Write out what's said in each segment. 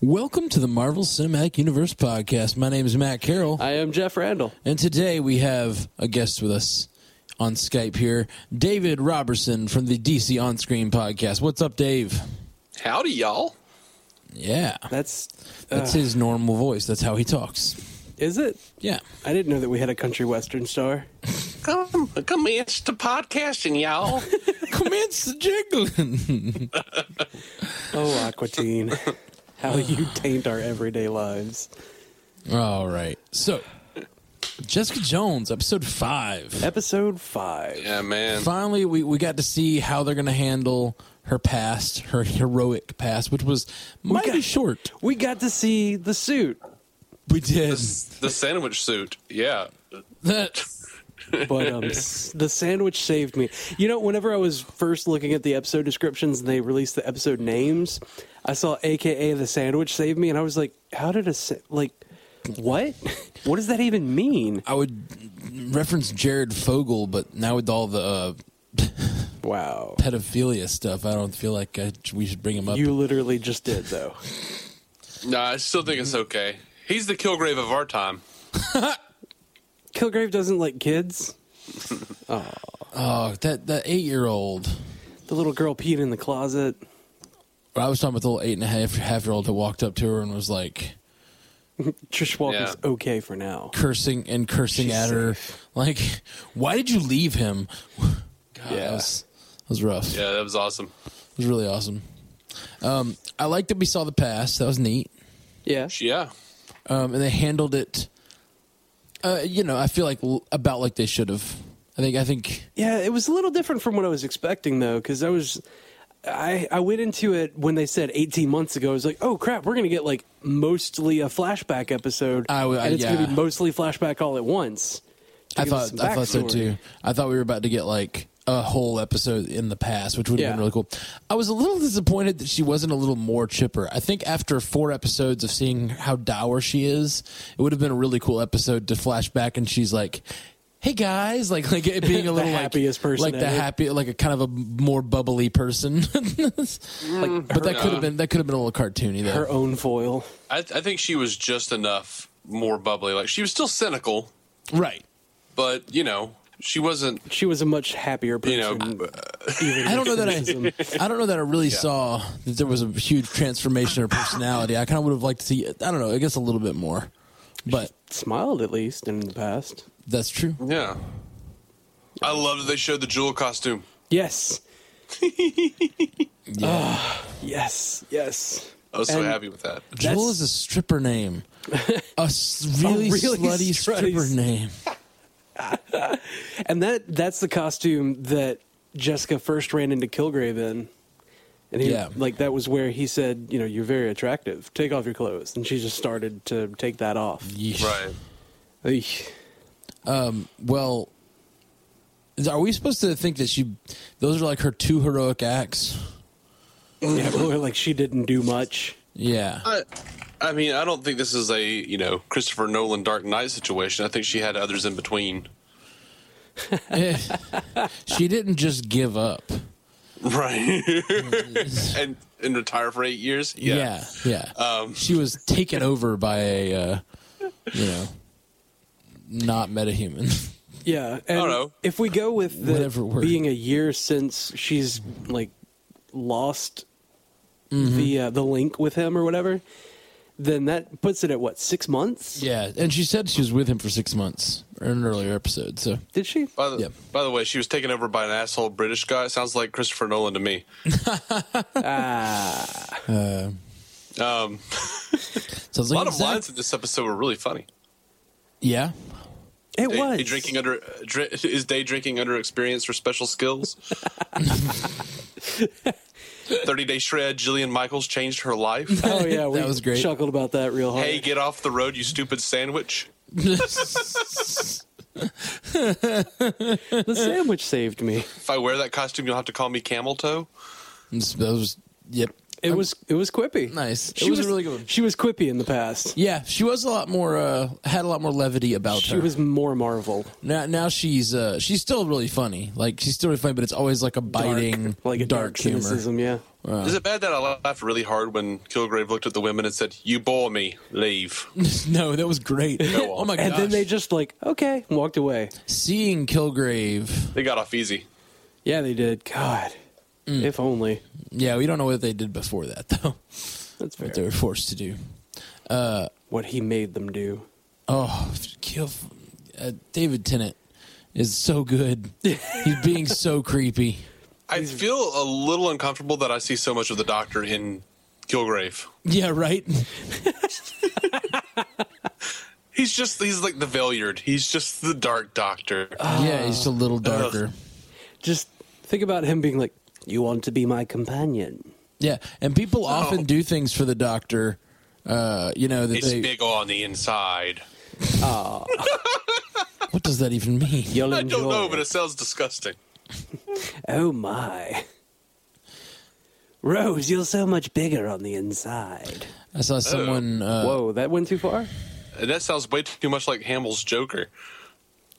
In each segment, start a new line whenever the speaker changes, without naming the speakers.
Welcome to the Marvel Cinematic Universe podcast. My name is Matt Carroll,
I am Jeff Randall.
and today we have a guest with us on Skype here, David Robertson from the DC On Screen podcast. What's up, Dave?
Howdy, y'all.
Yeah,
That's,
that's
uh,
his normal voice. That's how he talks.
is it?
Yeah,
I didn't know that we had a country western star.
Come, come it's the podcasting, y'all.
commence the jiggling.
Oh, Aquatine, how you taint our everyday lives.
All right, so Jessica Jones, episode five.
Episode five.
yeah, man.
finally we, we got to see how they're going to handle her past her heroic past which was mighty
got-
short
We got to see the suit,
we did
The sandwich suit. Yeah.
that
but um, s- the sandwich saved me. You know, whenever I was first looking at the episode descriptions and they released the episode names, I saw AKA the sandwich saved me, and I was like, how did a sa- like what? what does that even mean?
i would reference jared Fogle, but now with all the uh,
Wow.
pedophilia stuff i don't feel like I, we should bring him up
You literally just did though.
Nah, I still think it's okay. He's the Kilgrave of our time.
Kilgrave doesn't like kids.
oh that, that eight-year-old
The little girl peed in the closet.
i was talking about the little eight and a half half-year-old who walked up to her and was like
Trish Walker's
Yeah.
okay for now.
cursing and cursing
She's
at her like why did you leave him God, that
Yeah.
was, that was rough
Yeah, that was awesome.
It was really awesome. Um, I like that we saw the past. That was neat.
Yeah.
Yeah.
Um, and they handled it. Uh, you know, I feel like l- about like they should have. I think. I think.
Yeah, it was a little different from what I was expecting though, because I was I I went into it when they said eighteen months ago, I was like, Oh crap, we're gonna get like mostly a flashback episode.
I w-
and it's gonna
yeah.
be mostly flashback all at once. To
I
give us
thought.
some
I thought so
backstory.
too. I thought we were about to get like a whole episode in the past, which would have
Yeah.
been really cool. I was a little disappointed that she wasn't a little more chipper. I think after four episodes of seeing how dour she is, it would have been a really cool episode to flash back and she's like. Hey guys, like like it being a
The
little like-
happiest person
like the
ever.
happy, like a kind of a more bubbly person.
Mm-hmm.
Like
But
Mm. her, um,
that could have been that could have been a little cartoony though.
her own foil.
I, I think she was just enough more bubbly. Like, she was still cynical,
right.
but, you know, she wasn't.
She was a much happier person.
You know,
even
I don't know
with
that
criticism.
I I don't know that I really saw that there was a huge transformation in her personality. I kind of would have liked to see I don't know, I guess a little bit more. But
smiled at least in the past.
that's true.
Yeah. I love that they showed the jewel costume.
Yes. Ah, yes. Yes.
I was so
And-
happy with that.
Jewel is a stripper name. A s- really,
really
slutty
strutty
stripper
s-
name.
And that that's the costume that Jessica first ran into Kilgrave in. And he,
Yeah.
like that was where he said, you know, you're very attractive. Take off your clothes. And she just started to take that off.
Yeesh.
Right.
Eesh.
Well, is- are we supposed to think that she those are like her two heroic acts?
Yeah, but like she didn't do much.
Yeah.
I, I mean, I don't think this is a you know Christopher Nolan Dark Knight situation. I think she had others in between.
Eh. she didn't just give up.
Right. and and retire for eight years.
Yeah, Um. yeah. she was taken over by a, uh, you know, not metahuman.
Yeah. And
know.
if we go with
Whatever
the
word.
being a year since she's like lost
Mm-hmm.
the uh, the link with him or whatever, then that puts it at what, six months?
yeah, and she said she was with him for six months in an earlier episode. So
Did she?
By the,
Yep.
by the way, she was taken over by an asshole British guy. It sounds like Christopher Nolan to me. Um,
sounds
a
like
lot of
exact-
lines in this episode were really funny.
Yeah,
It
Day-
was
day drinking under uh, dri- is day drinking under experience or special skills. Thirty day shred. Jillian Michaels changed her life.
Oh yeah, we
was great.
Chuckled about that real hard.
hey, get off the road, you stupid sandwich.
the sandwich saved me.
If I wear that costume, you'll have to call me Camel Toe.
And s- that was yep.
It was it was quippy.
Nice. It
She
was a really good one.
She was quippy in the past.
Yeah, she was a lot more uh, had a lot more levity about
She
her.
was more Marvel.
now, now she's uh, she's still really funny. Like she's still really funny, but it's always like a biting,
Dark, like a dark, Oh
humor.
cynicism. Yeah.
Is it bad that I laughed really hard when Kilgrave looked at the women and said, "You bore me. Leave."
no, that was great. oh my god!
And then they just like okay, and walked away.
seeing Kilgrave.
They got off easy.
Yeah, they did. Mm. God, if only.
Yeah, we don't know what they did before that though.
That's fair.
What they were forced to do.
What he made them do.
Oh, kill uh, David Tennant is so good. He's being so creepy.
I feel a little uncomfortable that I see so much of the Doctor in Kilgrave.
Yeah, right.
He's just he's like the Valiard. He's just the Dark Doctor.
Uh,
yeah, he's a little darker.
Just think about him being like, "You want to be my companion."
Yeah, and people often do things for the doctor. Uh, you know that
It's
they.
big on the inside.
What does that even mean?
You'll
I don't
enjoy
know, but
it.
it sounds disgusting.
Oh my. Rose, you're so much bigger on the inside.
I saw someone. Uh,
Whoa, that went too far?
And that sounds way too much like Hamill's Joker.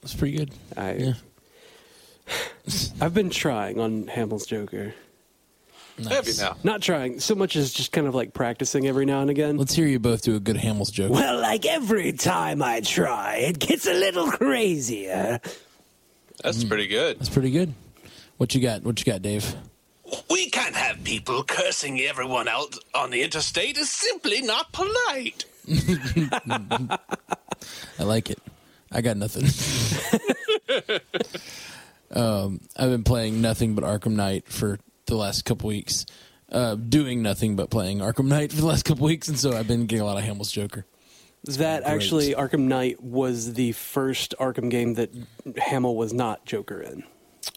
it's pretty good.
I
Yeah.
I've been trying on Hamill's Joker.
Heavy now.
Not trying, so much as just kind of like practicing every now and again.
Let's hear you both do a good Hamill's joke.
Well, like every time I try, it gets a little crazier.
That's
Mm.
pretty good.
That's pretty good. What you got? What you got, Dave?
We can't have people cursing everyone out on the interstate. It's simply not polite.
I like it. I got nothing. um, I've been playing nothing but Arkham Knight for the last couple weeks. Uh, doing nothing but playing Arkham Knight for the last couple weeks, and so I've been getting a lot of Hamill's Joker.
That actually, Arkham Knight was the first Arkham game that Hamill was not Joker in.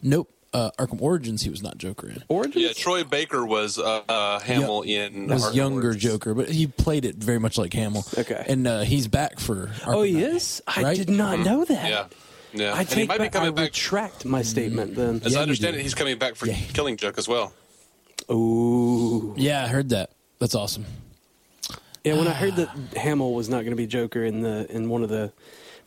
Nope. Uh, Arkham Origins, he was not Joker in.
Origins?
Yeah, Troy Baker was uh, uh, Hamill in
was
Arkham
younger
Origins.
Joker, but he played it very much like Hamill.
Okay.
and uh, he's back for. Arkham
oh, he
Knight,
is? I
right?
did not know that.
Mm-hmm. Yeah, yeah.
I
and he
take
might be
back, I
coming back.
retract my statement then.
As
Yeah,
I
you
understand
do.
it, he's coming back for
Yeah.
Killing Joke as well.
Ooh.
Yeah, I heard that. That's awesome.
Yeah, when I heard that Hamill was not going to be Joker in the in one of the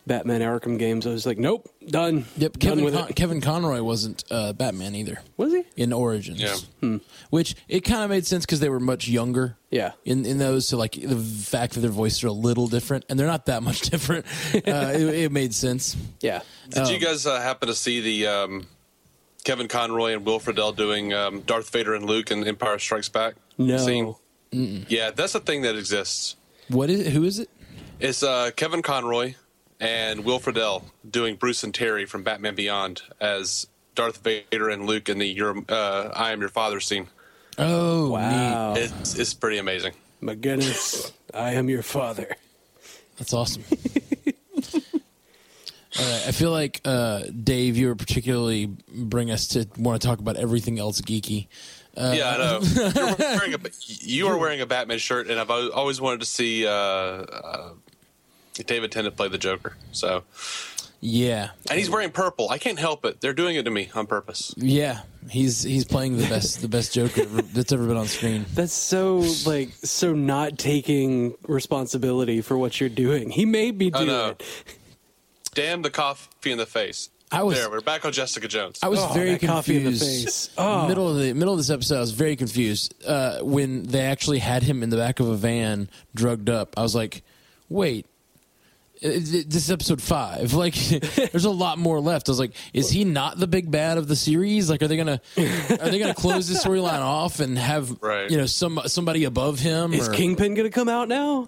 Batman Arkham games, I was like, nope, done.
Yep,
done
Kevin
with
Con-
it.
Kevin Conroy wasn't uh, Batman either
Was he?
in Origins.
Yeah.
which it kind of made sense because they were much younger.
Hmm. Yeah.
in in those, so like the fact that their voices are a little different, and they're not that much different. uh, it, it made sense.
Yeah.
Did
Oh.
you guys uh, happen to see the um, Kevin Conroy and Will Friedle doing um, Darth Vader and Luke in Empire Strikes Back?
No.
Scene? Yeah, that's a thing that exists.
What is? Who is it?
It's uh, Kevin Conroy and Will Friedle doing Bruce and Terry from Batman Beyond as Darth Vader and Luke in the your, uh, "I Am Your Father" scene.
Oh, neat.
Wow.
It's it's pretty amazing.
My goodness, I am your father.
That's awesome. All right, I feel like uh, Dave, you were particularly bring us to want to talk about everything else geeky.
yeah, I know. You're wearing a, you are wearing a Batman shirt, and I've al- always wanted to see uh, uh, David Tennant play the Joker. So,
Yeah,
and he's wearing purple. I can't help it. They're doing it to me on purpose.
yeah, he's he's playing the best the best Joker ever- that's ever been on screen.
That's so like so not taking responsibility for what you're doing. He made me do
I know.
it.
Damn the coffee in the face.
I was-
there. We're back on Jessica Jones.
I was
Oh,
very
that coffee in the
confused.
face. Oh.
Middle of the middle of this episode, I was very confused uh, when they actually had him in the back of a van, drugged up. I was like, wait. i- i- This is episode five. Like, there's a lot more left. I was like, is he not the big bad of the series? Like, are they gonna are they gonna close this storyline off and have
Right.
you know some somebody above him?
Is
or-
Kingpin gonna come out now?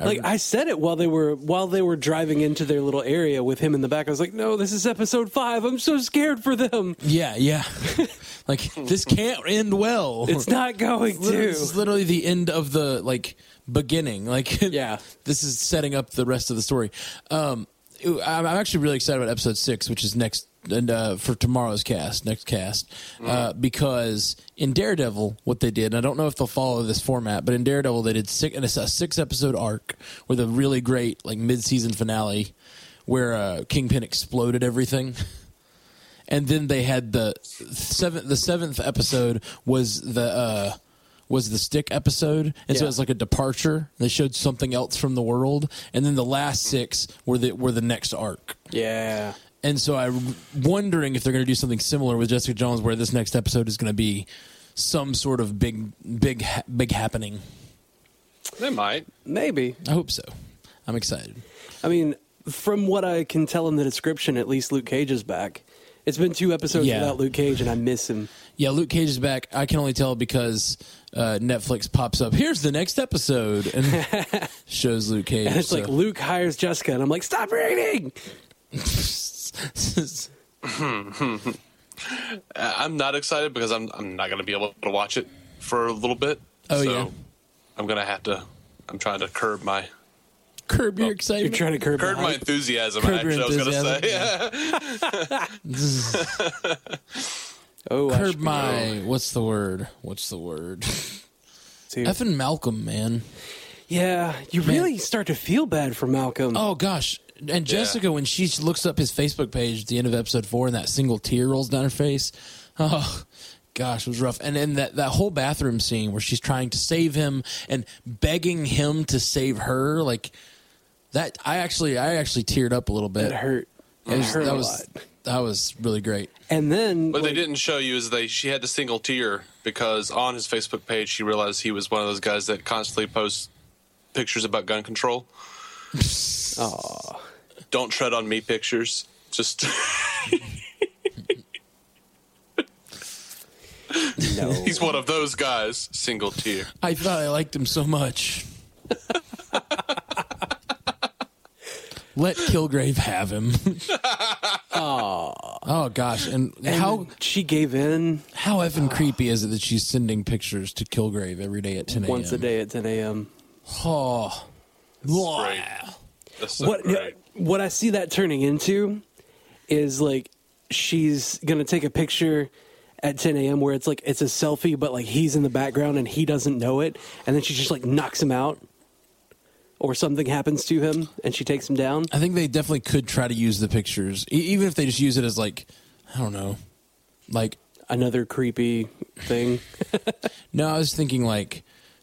like I said it while they were while they were driving into their little area with him in the back. I was like, "No, this is episode five. I'm so scared for them.
yeah, yeah. like, this can't end well.
It's not going
Literally-
to."
This is literally the end of the like beginning. Like,
Yeah.
this is setting up the rest of the story. Um, it- I'm I'm actually really excited about episode six, which is next and uh, for tomorrow's cast, next cast, uh, because in Daredevil, what they did, and I don't know if they'll follow this format, but in Daredevil, they did six, and it's a six episode arc with a really great like mid season finale where uh, Kingpin exploded everything and then they had the seventh the seventh episode was the uh was the stick episode, and so
Yeah.
it was like a departure. They showed something else from the world, and then the last six were the were the next arc.
Yeah.
And so I'm wondering if they're going to do something similar with Jessica Jones, where this next episode is going to be some sort of big, big, ha- big happening.
They might.
Maybe.
I hope so. I'm excited.
I mean, from what I can tell in the description, at least Luke Cage is back. It's been two episodes
Yeah.
without Luke Cage, and I miss him.
Yeah, Luke Cage is back. I can only tell because uh, Netflix pops up. Here's the next episode and shows Luke Cage.
And it's
so-
like Luke hires Jessica, and I'm like, stop reading.
I- I'm not excited because I'm I'm not going to be able to watch it for a little bit.
Oh, yeah.
I'm going to have to. I'm trying to curb my
curb your
Oh, You're
excitement.
trying to curb,
curb
my
my
hype.
enthusiasm.
Curb
actually,
your
I was going to say.
enthusiasm,
Oh, I
curb
should-
my. What's the word? What's the word?
Dude.
Effing Malcolm, man.
yeah, you really start to feel bad for Malcolm.
Oh gosh. And Jessica, when she looks up his Facebook page at the end of episode four, and that single tear rolls down her face, oh gosh, it was rough. And then that that whole bathroom scene where she's trying to save him and begging him to save her, like that. I actually, I actually teared up a little bit.
It hurt. It
It was-
hurt
that
a
was
lot.
that was really great.
And then,
What
like,
they didn't show you is they she had to single tear because on his Facebook page she realized he was one of those guys that constantly posts pictures about gun control.
Aw.
Don't tread on me pictures. Just
no.
he's one of those guys. Single tear.
I thought I liked him so much. Let Kilgrave have him. oh gosh, and, how
How she gave in
how effing creepy is it that she's sending pictures to Kilgrave every day at ten a.m.
once a day at 10 a.m.
Oh,
Great. That's so
what
great.
what I see that turning into is like she's gonna take a picture at 10 a.m. where it's like it's a selfie, but like he's in the background and he doesn't know it, and then she just like knocks him out, or something happens to him and she takes him down.
I think they definitely could try to use the pictures, e- even if they just use it as like I don't know, like
Another creepy thing.
No, I was thinking like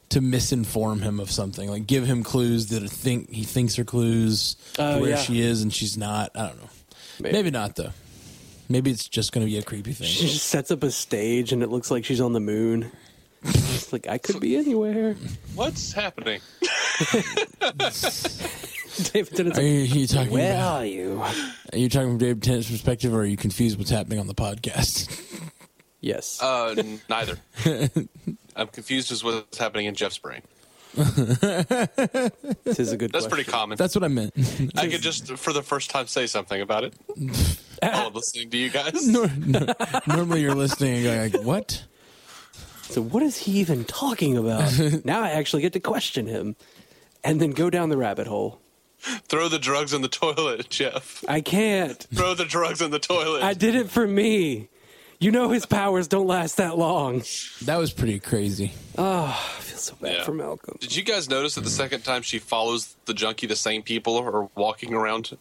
to misinform him of something, like give him clues that think he thinks are clues
Oh,
to where
yeah.
she is and she's not. I don't know.
Maybe.
Maybe, not though. Maybe it's just going to be a creepy
She
thing.
just sets up a stage and it looks like she's on the moon. It's like I could be anywhere.
What's happening?
David Tennant's
Are
like,
you, are you talking?
where
about,
are you?
are you talking from David Tennant's perspective, or are you confused what's happening on the podcast?
Yes.
Uh, n- neither. I'm confused as what's happening in Jeff's brain.
this is a good
That's
question.
pretty common.
That's what I meant.
I could just, for the first time, say something about it. While I'm listening to you guys.
Nor- nor- normally, you're listening and going like, "What?"
So what is he even talking about? now I actually get to question him and then go down the rabbit hole.
Throw the drugs in the toilet, Jeff.
I can't.
Throw the drugs in the toilet.
I did it for me. You know his powers don't last that long. Ah,
That was pretty crazy.
I feel so bad
Yeah.
for Malcolm.
Did you guys notice that the second time she follows the junkie, the same people are walking around?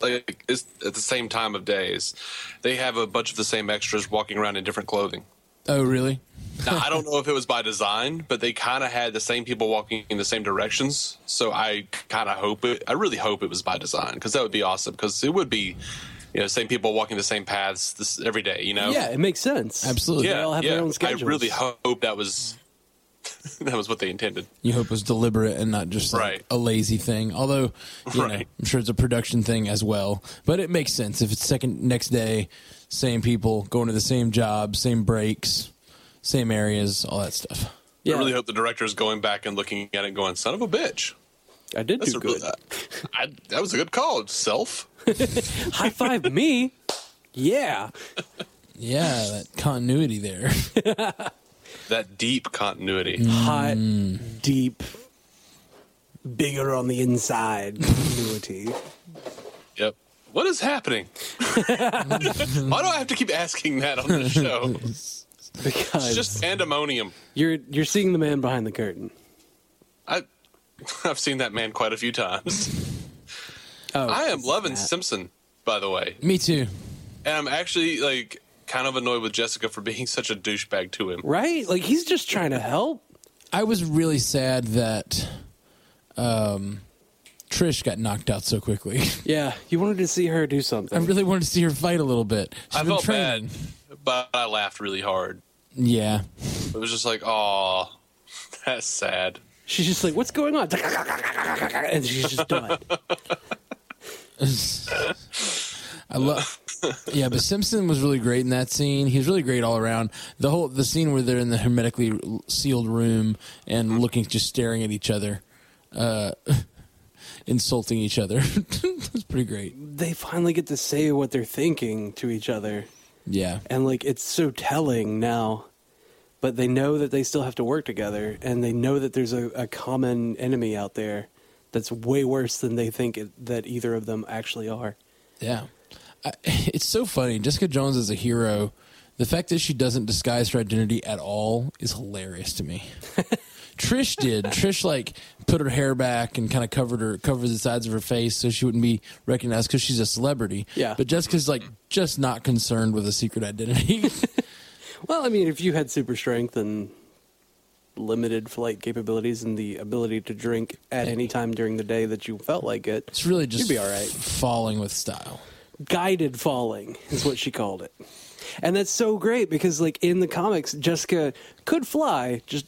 Like it's at the same time of days, they have a bunch of the same extras walking around in different clothing.
Oh, really?
Now I don't know if it was by design, but they kind of had the same people walking in the same directions. So I kind of hope it. I really hope it was by design because that would be awesome. Because it would be, you know, same people walking the same paths this every day. You know,
Yeah, it makes sense.
Absolutely.
They all have their own schedules.
I really hope that was that was what they intended.
you hope was deliberate and not just like,
Right.
a lazy thing. Although, you know,
Right.
I'm sure it's a production thing as well. But it makes sense if it's second next day, same people going to the same job, same breaks, same areas, all that stuff.
Yeah,
I really hope the director is going back and looking at it, and going, "Son of a bitch,
I did
that's
do
a really,
good.
I, that was a good call, self."
High five me. Yeah.
Yeah, that continuity there.
That deep continuity.
Hot,
Hmm.
deep, bigger on the inside continuity.
Yep. What is happening? Why do I have to keep asking that on the show?
Because
It's just pandemonium.
you're you're seeing the man behind the curtain.
I, I've seen that man quite a few times.
Oh,
I am loving Simpson, by the way,
Me too.
and I'm actually like kind of annoyed with Jessica for being such a douchebag to him.
right? Like he's just trying to help.
I was really sad that um, Trish got knocked out so quickly.
Yeah, you wanted to see her do
I
something.
really wanted to see her fight a little bit. She's
I
been
felt
training.
bad, but I laughed really hard.
Yeah.
It was just like, oh, that's sad.
She's just like, "What's going on?" And she's just done.
I love. yeah, but Simpson was really great in that scene. He was really great all around. The whole the scene where they're in the hermetically sealed room and looking just staring at each other, uh, insulting each other. it was pretty great.
They finally get to say what they're thinking to each other,
Yeah.
and like it's so telling now. But they know that they still have to work together, and they know that there's a, a common enemy out there that's way worse than they think it, that either of them actually are.
Yeah. I, it's so funny. Jessica Jones is a hero. The fact that she doesn't disguise her identity at all is hilarious to me. Trish did. Trish like put her hair back and kind of covered her covered the sides of her face so she wouldn't be recognized because she's a celebrity.
Yeah.
But Jessica's like just not concerned with a secret identity.
Well, I mean, if you had super strength and limited flight capabilities and the ability to drink at any time during the day that you felt like it,
it's really just
You'd be all right.
f- falling with style.
guided falling is what she called it. And that's so great because, like, in the comics, Jessica could fly, just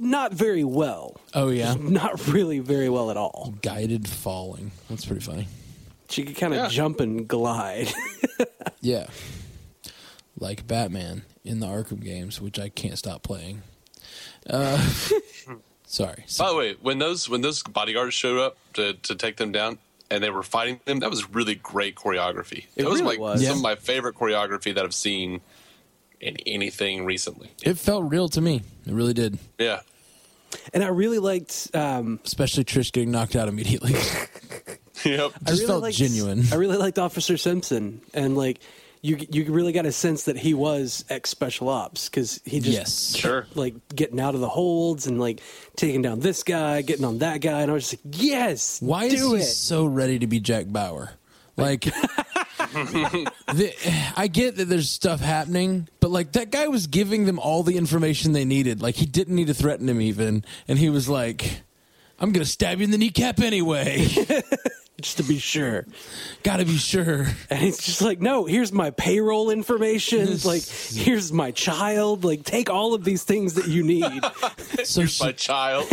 not very well.
Oh yeah.
Not really very well at all.
Guided falling. That's pretty funny.
She could kind of
Yeah.
jump and glide.
Yeah. Like Batman in the Arkham games, which I can't stop playing. Uh, sorry.
By the way, when those when those bodyguards showed up to, to take them down and they were fighting them, that was really great choreography. It that was
really
like
was.
some
Yeah.
of my favorite choreography that I've seen in anything recently.
It felt real to me. It really did.
Yeah.
and I really liked. Um,
Especially Trish getting knocked out immediately.
Yep.
I just
really
felt
liked-
genuine.
I really liked Officer Simpson, and like you, you really got a sense that he was ex special ops because he just
Yes.
Sure.
like getting out of the holds and like taking down this guy, getting on that guy, and I was just like, yes,
Why is
do
he
it.
so ready to be Jack Bauer? Like, the, I get that there's stuff happening, but like that guy was giving them all the information they needed. Like he didn't need to threaten him even, and he was like, "I'm gonna stab you in the kneecap anyway."
just to be sure.
Gotta be sure.
And he's just like, no, here's my payroll information. like, here's my child. Like, take all of these things that you need.
So
My
she,
child.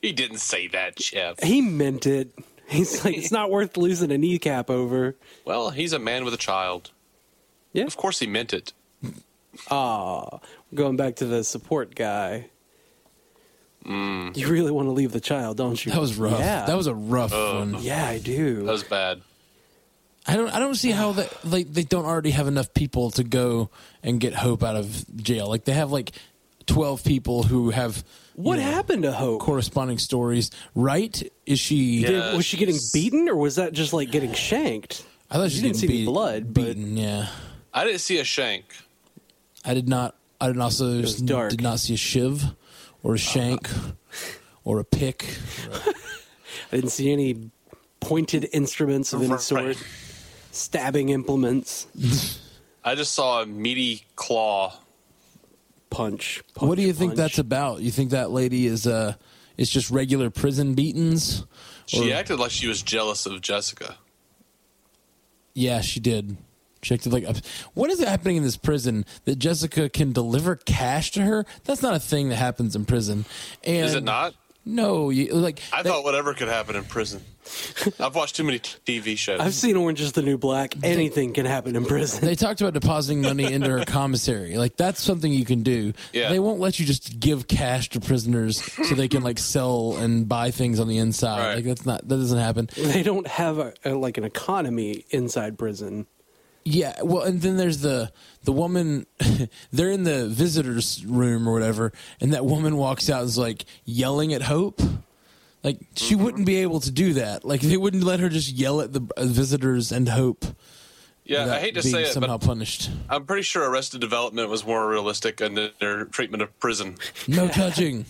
he didn't say that, Chef.
he meant it. He's like, it's not worth losing a kneecap over.
Well, he's a man with a child.
Yeah.
Of course he meant it.
Going back to the support guy. You really want to leave the child, don't you?
that was rough.
Yeah,
That was a rough one.
yeah, I do.
That was bad.
I don't. I don't see how that like they don't already have enough people to go and get hope out of jail. Like they have like twelve people who have you
what
know,
happened to Hope?
corresponding stories. Right? Is she?
Yeah.
Did- was she getting beaten, or was that just like getting shanked?
I thought she
You didn't see
getting
any
beat-
blood, but-
Beaten. Yeah.
I didn't see a shank.
I did not. I did also
was dark. Uh-huh.
did not see a shiv, or a shank, or a pick.
I didn't see any pointed instruments of any
Right.
sort, stabbing implements,
I just saw a meaty claw.
punch. punch
What do you think
punch.
that's about? You think that lady is uh is just regular prison beatings?
She
Or-
acted like she was jealous of Jessica.
Yeah, she did. She acted like what is happening in this prison that Jessica can deliver cash to her? That's not a thing that happens in prison. And
Is it not?
No, you, like
I
that-
thought whatever could happen in prison. I've watched too many t- TV shows.
I've seen Orange is the New Black. Anything can happen in prison.
they talked about depositing money into her commissary. Like that's something you can do.
Yeah.
They won't let you just give cash to prisoners so they can like sell and buy things on the inside.
Right.
Like that's not that doesn't happen.
They don't have a, a, like an economy inside prison.
Yeah, well, and then there's the the woman. they're in the visitors' room or whatever, and that woman walks out and is like yelling at Hope. Like she
Mm-hmm.
wouldn't be able to do that. Like they wouldn't let her just yell at the uh, visitors and Hope.
yeah, I
without
hate to
being
say it,
somehow
but
punished.
I'm pretty sure Arrested Development was more realistic in their treatment of prison.
No touching.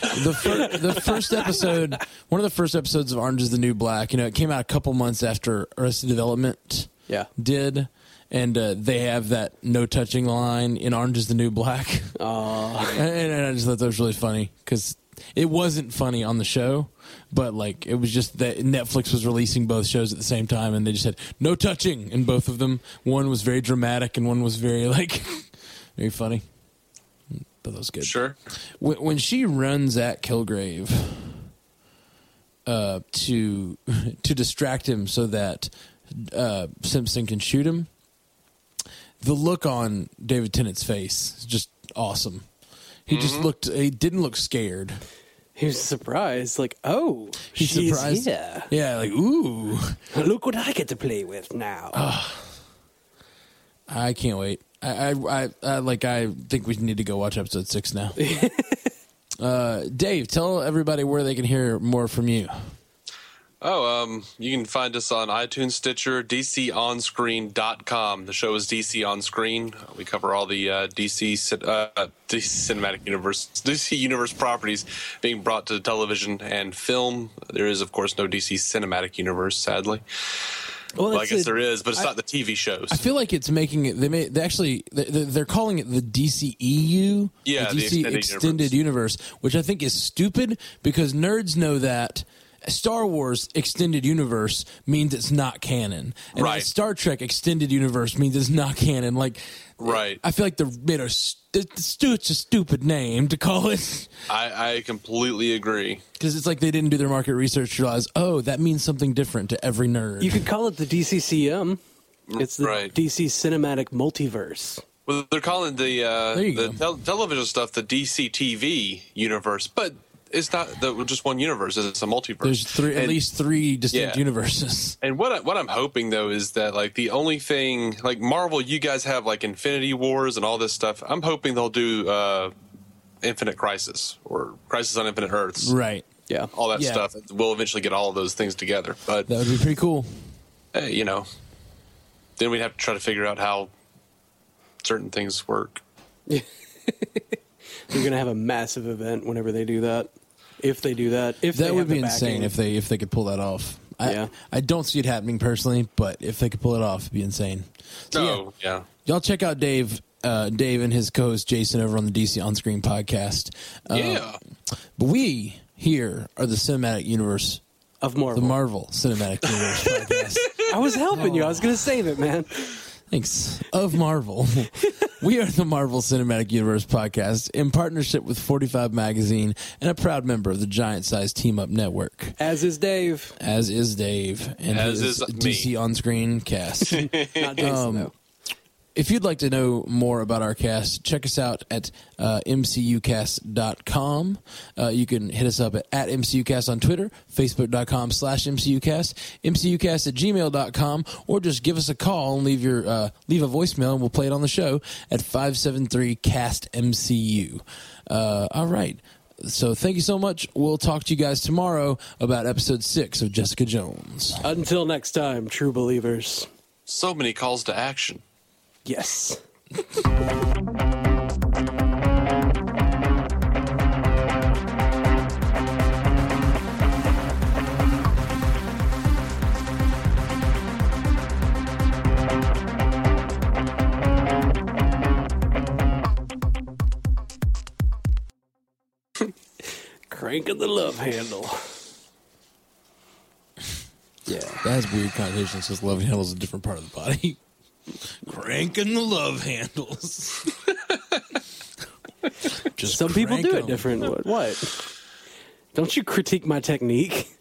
the fir- the first episode, one of the first episodes of Orange Is the New Black. You know, it came out a couple months after Arrested Development.
Yeah.
did, and uh, they have that no touching line in Orange Is the New Black.
Uh,
and, and I just thought that was really funny because it wasn't funny on the show, but like it was just that Netflix was releasing both shows at the same time, and they just had no touching in both of them. One was very dramatic, and one was very like very funny. But that was good.
Sure.
When, when she runs at Kilgrave uh, to to distract him so that uh, Simpson can shoot him, the look on David Tennant's face is just awesome. He just looked. He didn't look scared.
He was surprised, like, oh,
He's
she's
surprised.
here.
Yeah, like ooh,
Look what I get to play with now.
Ah. I can't wait. I, I, I, I like. I think we need to go watch episode six now. uh, Dave, tell everybody where they can hear more from you.
Oh, um, you can find us on iTunes, Stitcher, DCOnScreen.com. The show is DC On Screen. We cover all the uh, DC, cin- uh, DC cinematic universe, DC universe properties being brought to television and film. There is, of course, no DC cinematic universe, sadly.
well,
Well, I
it's
guess
a-
there is, but it's not the TV shows.
I feel like it's making it. They may they actually they- they- they're calling it the DCEU,
Yeah,
the
the
DC
extended
extended universe. which I think is stupid because nerds know that Star Wars extended universe means it's not canon, and
Right.
Star Trek extended universe means it's not canon. Like,
Right.
I feel like they made a st- it's a stupid name to call it
I, I completely agree.
because it's like they didn't do their market research to realize oh that means something different to every nerd.
you could call it the DCCM. It's the
Right.
DC Cinematic Multiverse.
Well, they're calling the uh,
There you
the
go.
tel- television stuff the DC TV universe, but it's not the, just one universe. It's a multiverse.
There's three at
And-
least three distinct
yeah.
universes.
And what I, what I'm hoping though is that like the only thing like Marvel, you guys have like Infinity Wars and all this stuff. I'm hoping they'll do uh, Infinite Crisis or Crisis on Infinite Earths,
Right.
Yeah.
all that
Yeah.
stuff. We'll eventually get all of those things together. But
That would be pretty cool.
hey, you know, then we'd have to try to figure out how certain things work.
You're gonna have a massive event whenever they do that. If they do that, if they
That would
have the
be insane
backing.
if they if they could pull that off. I,
Yeah.
I don't see it happening personally, but if they could pull it off, it'd be insane. So, yeah.
So yeah.
y'all check out Dave, uh, Dave and his co-host Jason over on the DC On Screen podcast. Uh,
Yeah.
but we here are the cinematic universe,
of Marvel.
the Marvel cinematic universe podcast.
I was helping you. I was gonna save it, man.
Thanks. Of Marvel. we are the Marvel Cinematic Universe podcast in partnership with 45 Magazine and a proud member of the Giant Size Team Up Network.
As is Dave,
As is Dave, and
As
his
is me.
DC on screen cast.
not Jason
Um,
though.
if you'd like to know more about our cast, check us out at uh, mcucast.com. Uh, you can hit us up at, at mcucast on Twitter, facebook.com slash mcucast, mcucast at gmail.com, or just give us a call and leave your uh, leave a voicemail and we'll play it on the show at 573-CAST-MCU. Uh, all right. So thank you so much. We'll talk to you guys tomorrow about episode six of Jessica Jones.
Until next time, true believers.
So many calls to action.
Yes. Cranking the love handle. Yeah.
That has weird connotations because love handles a different part of the body. Cranking the love handles. Just
Some people
crank
do
'em.
it different. What? what? Don't you critique my technique?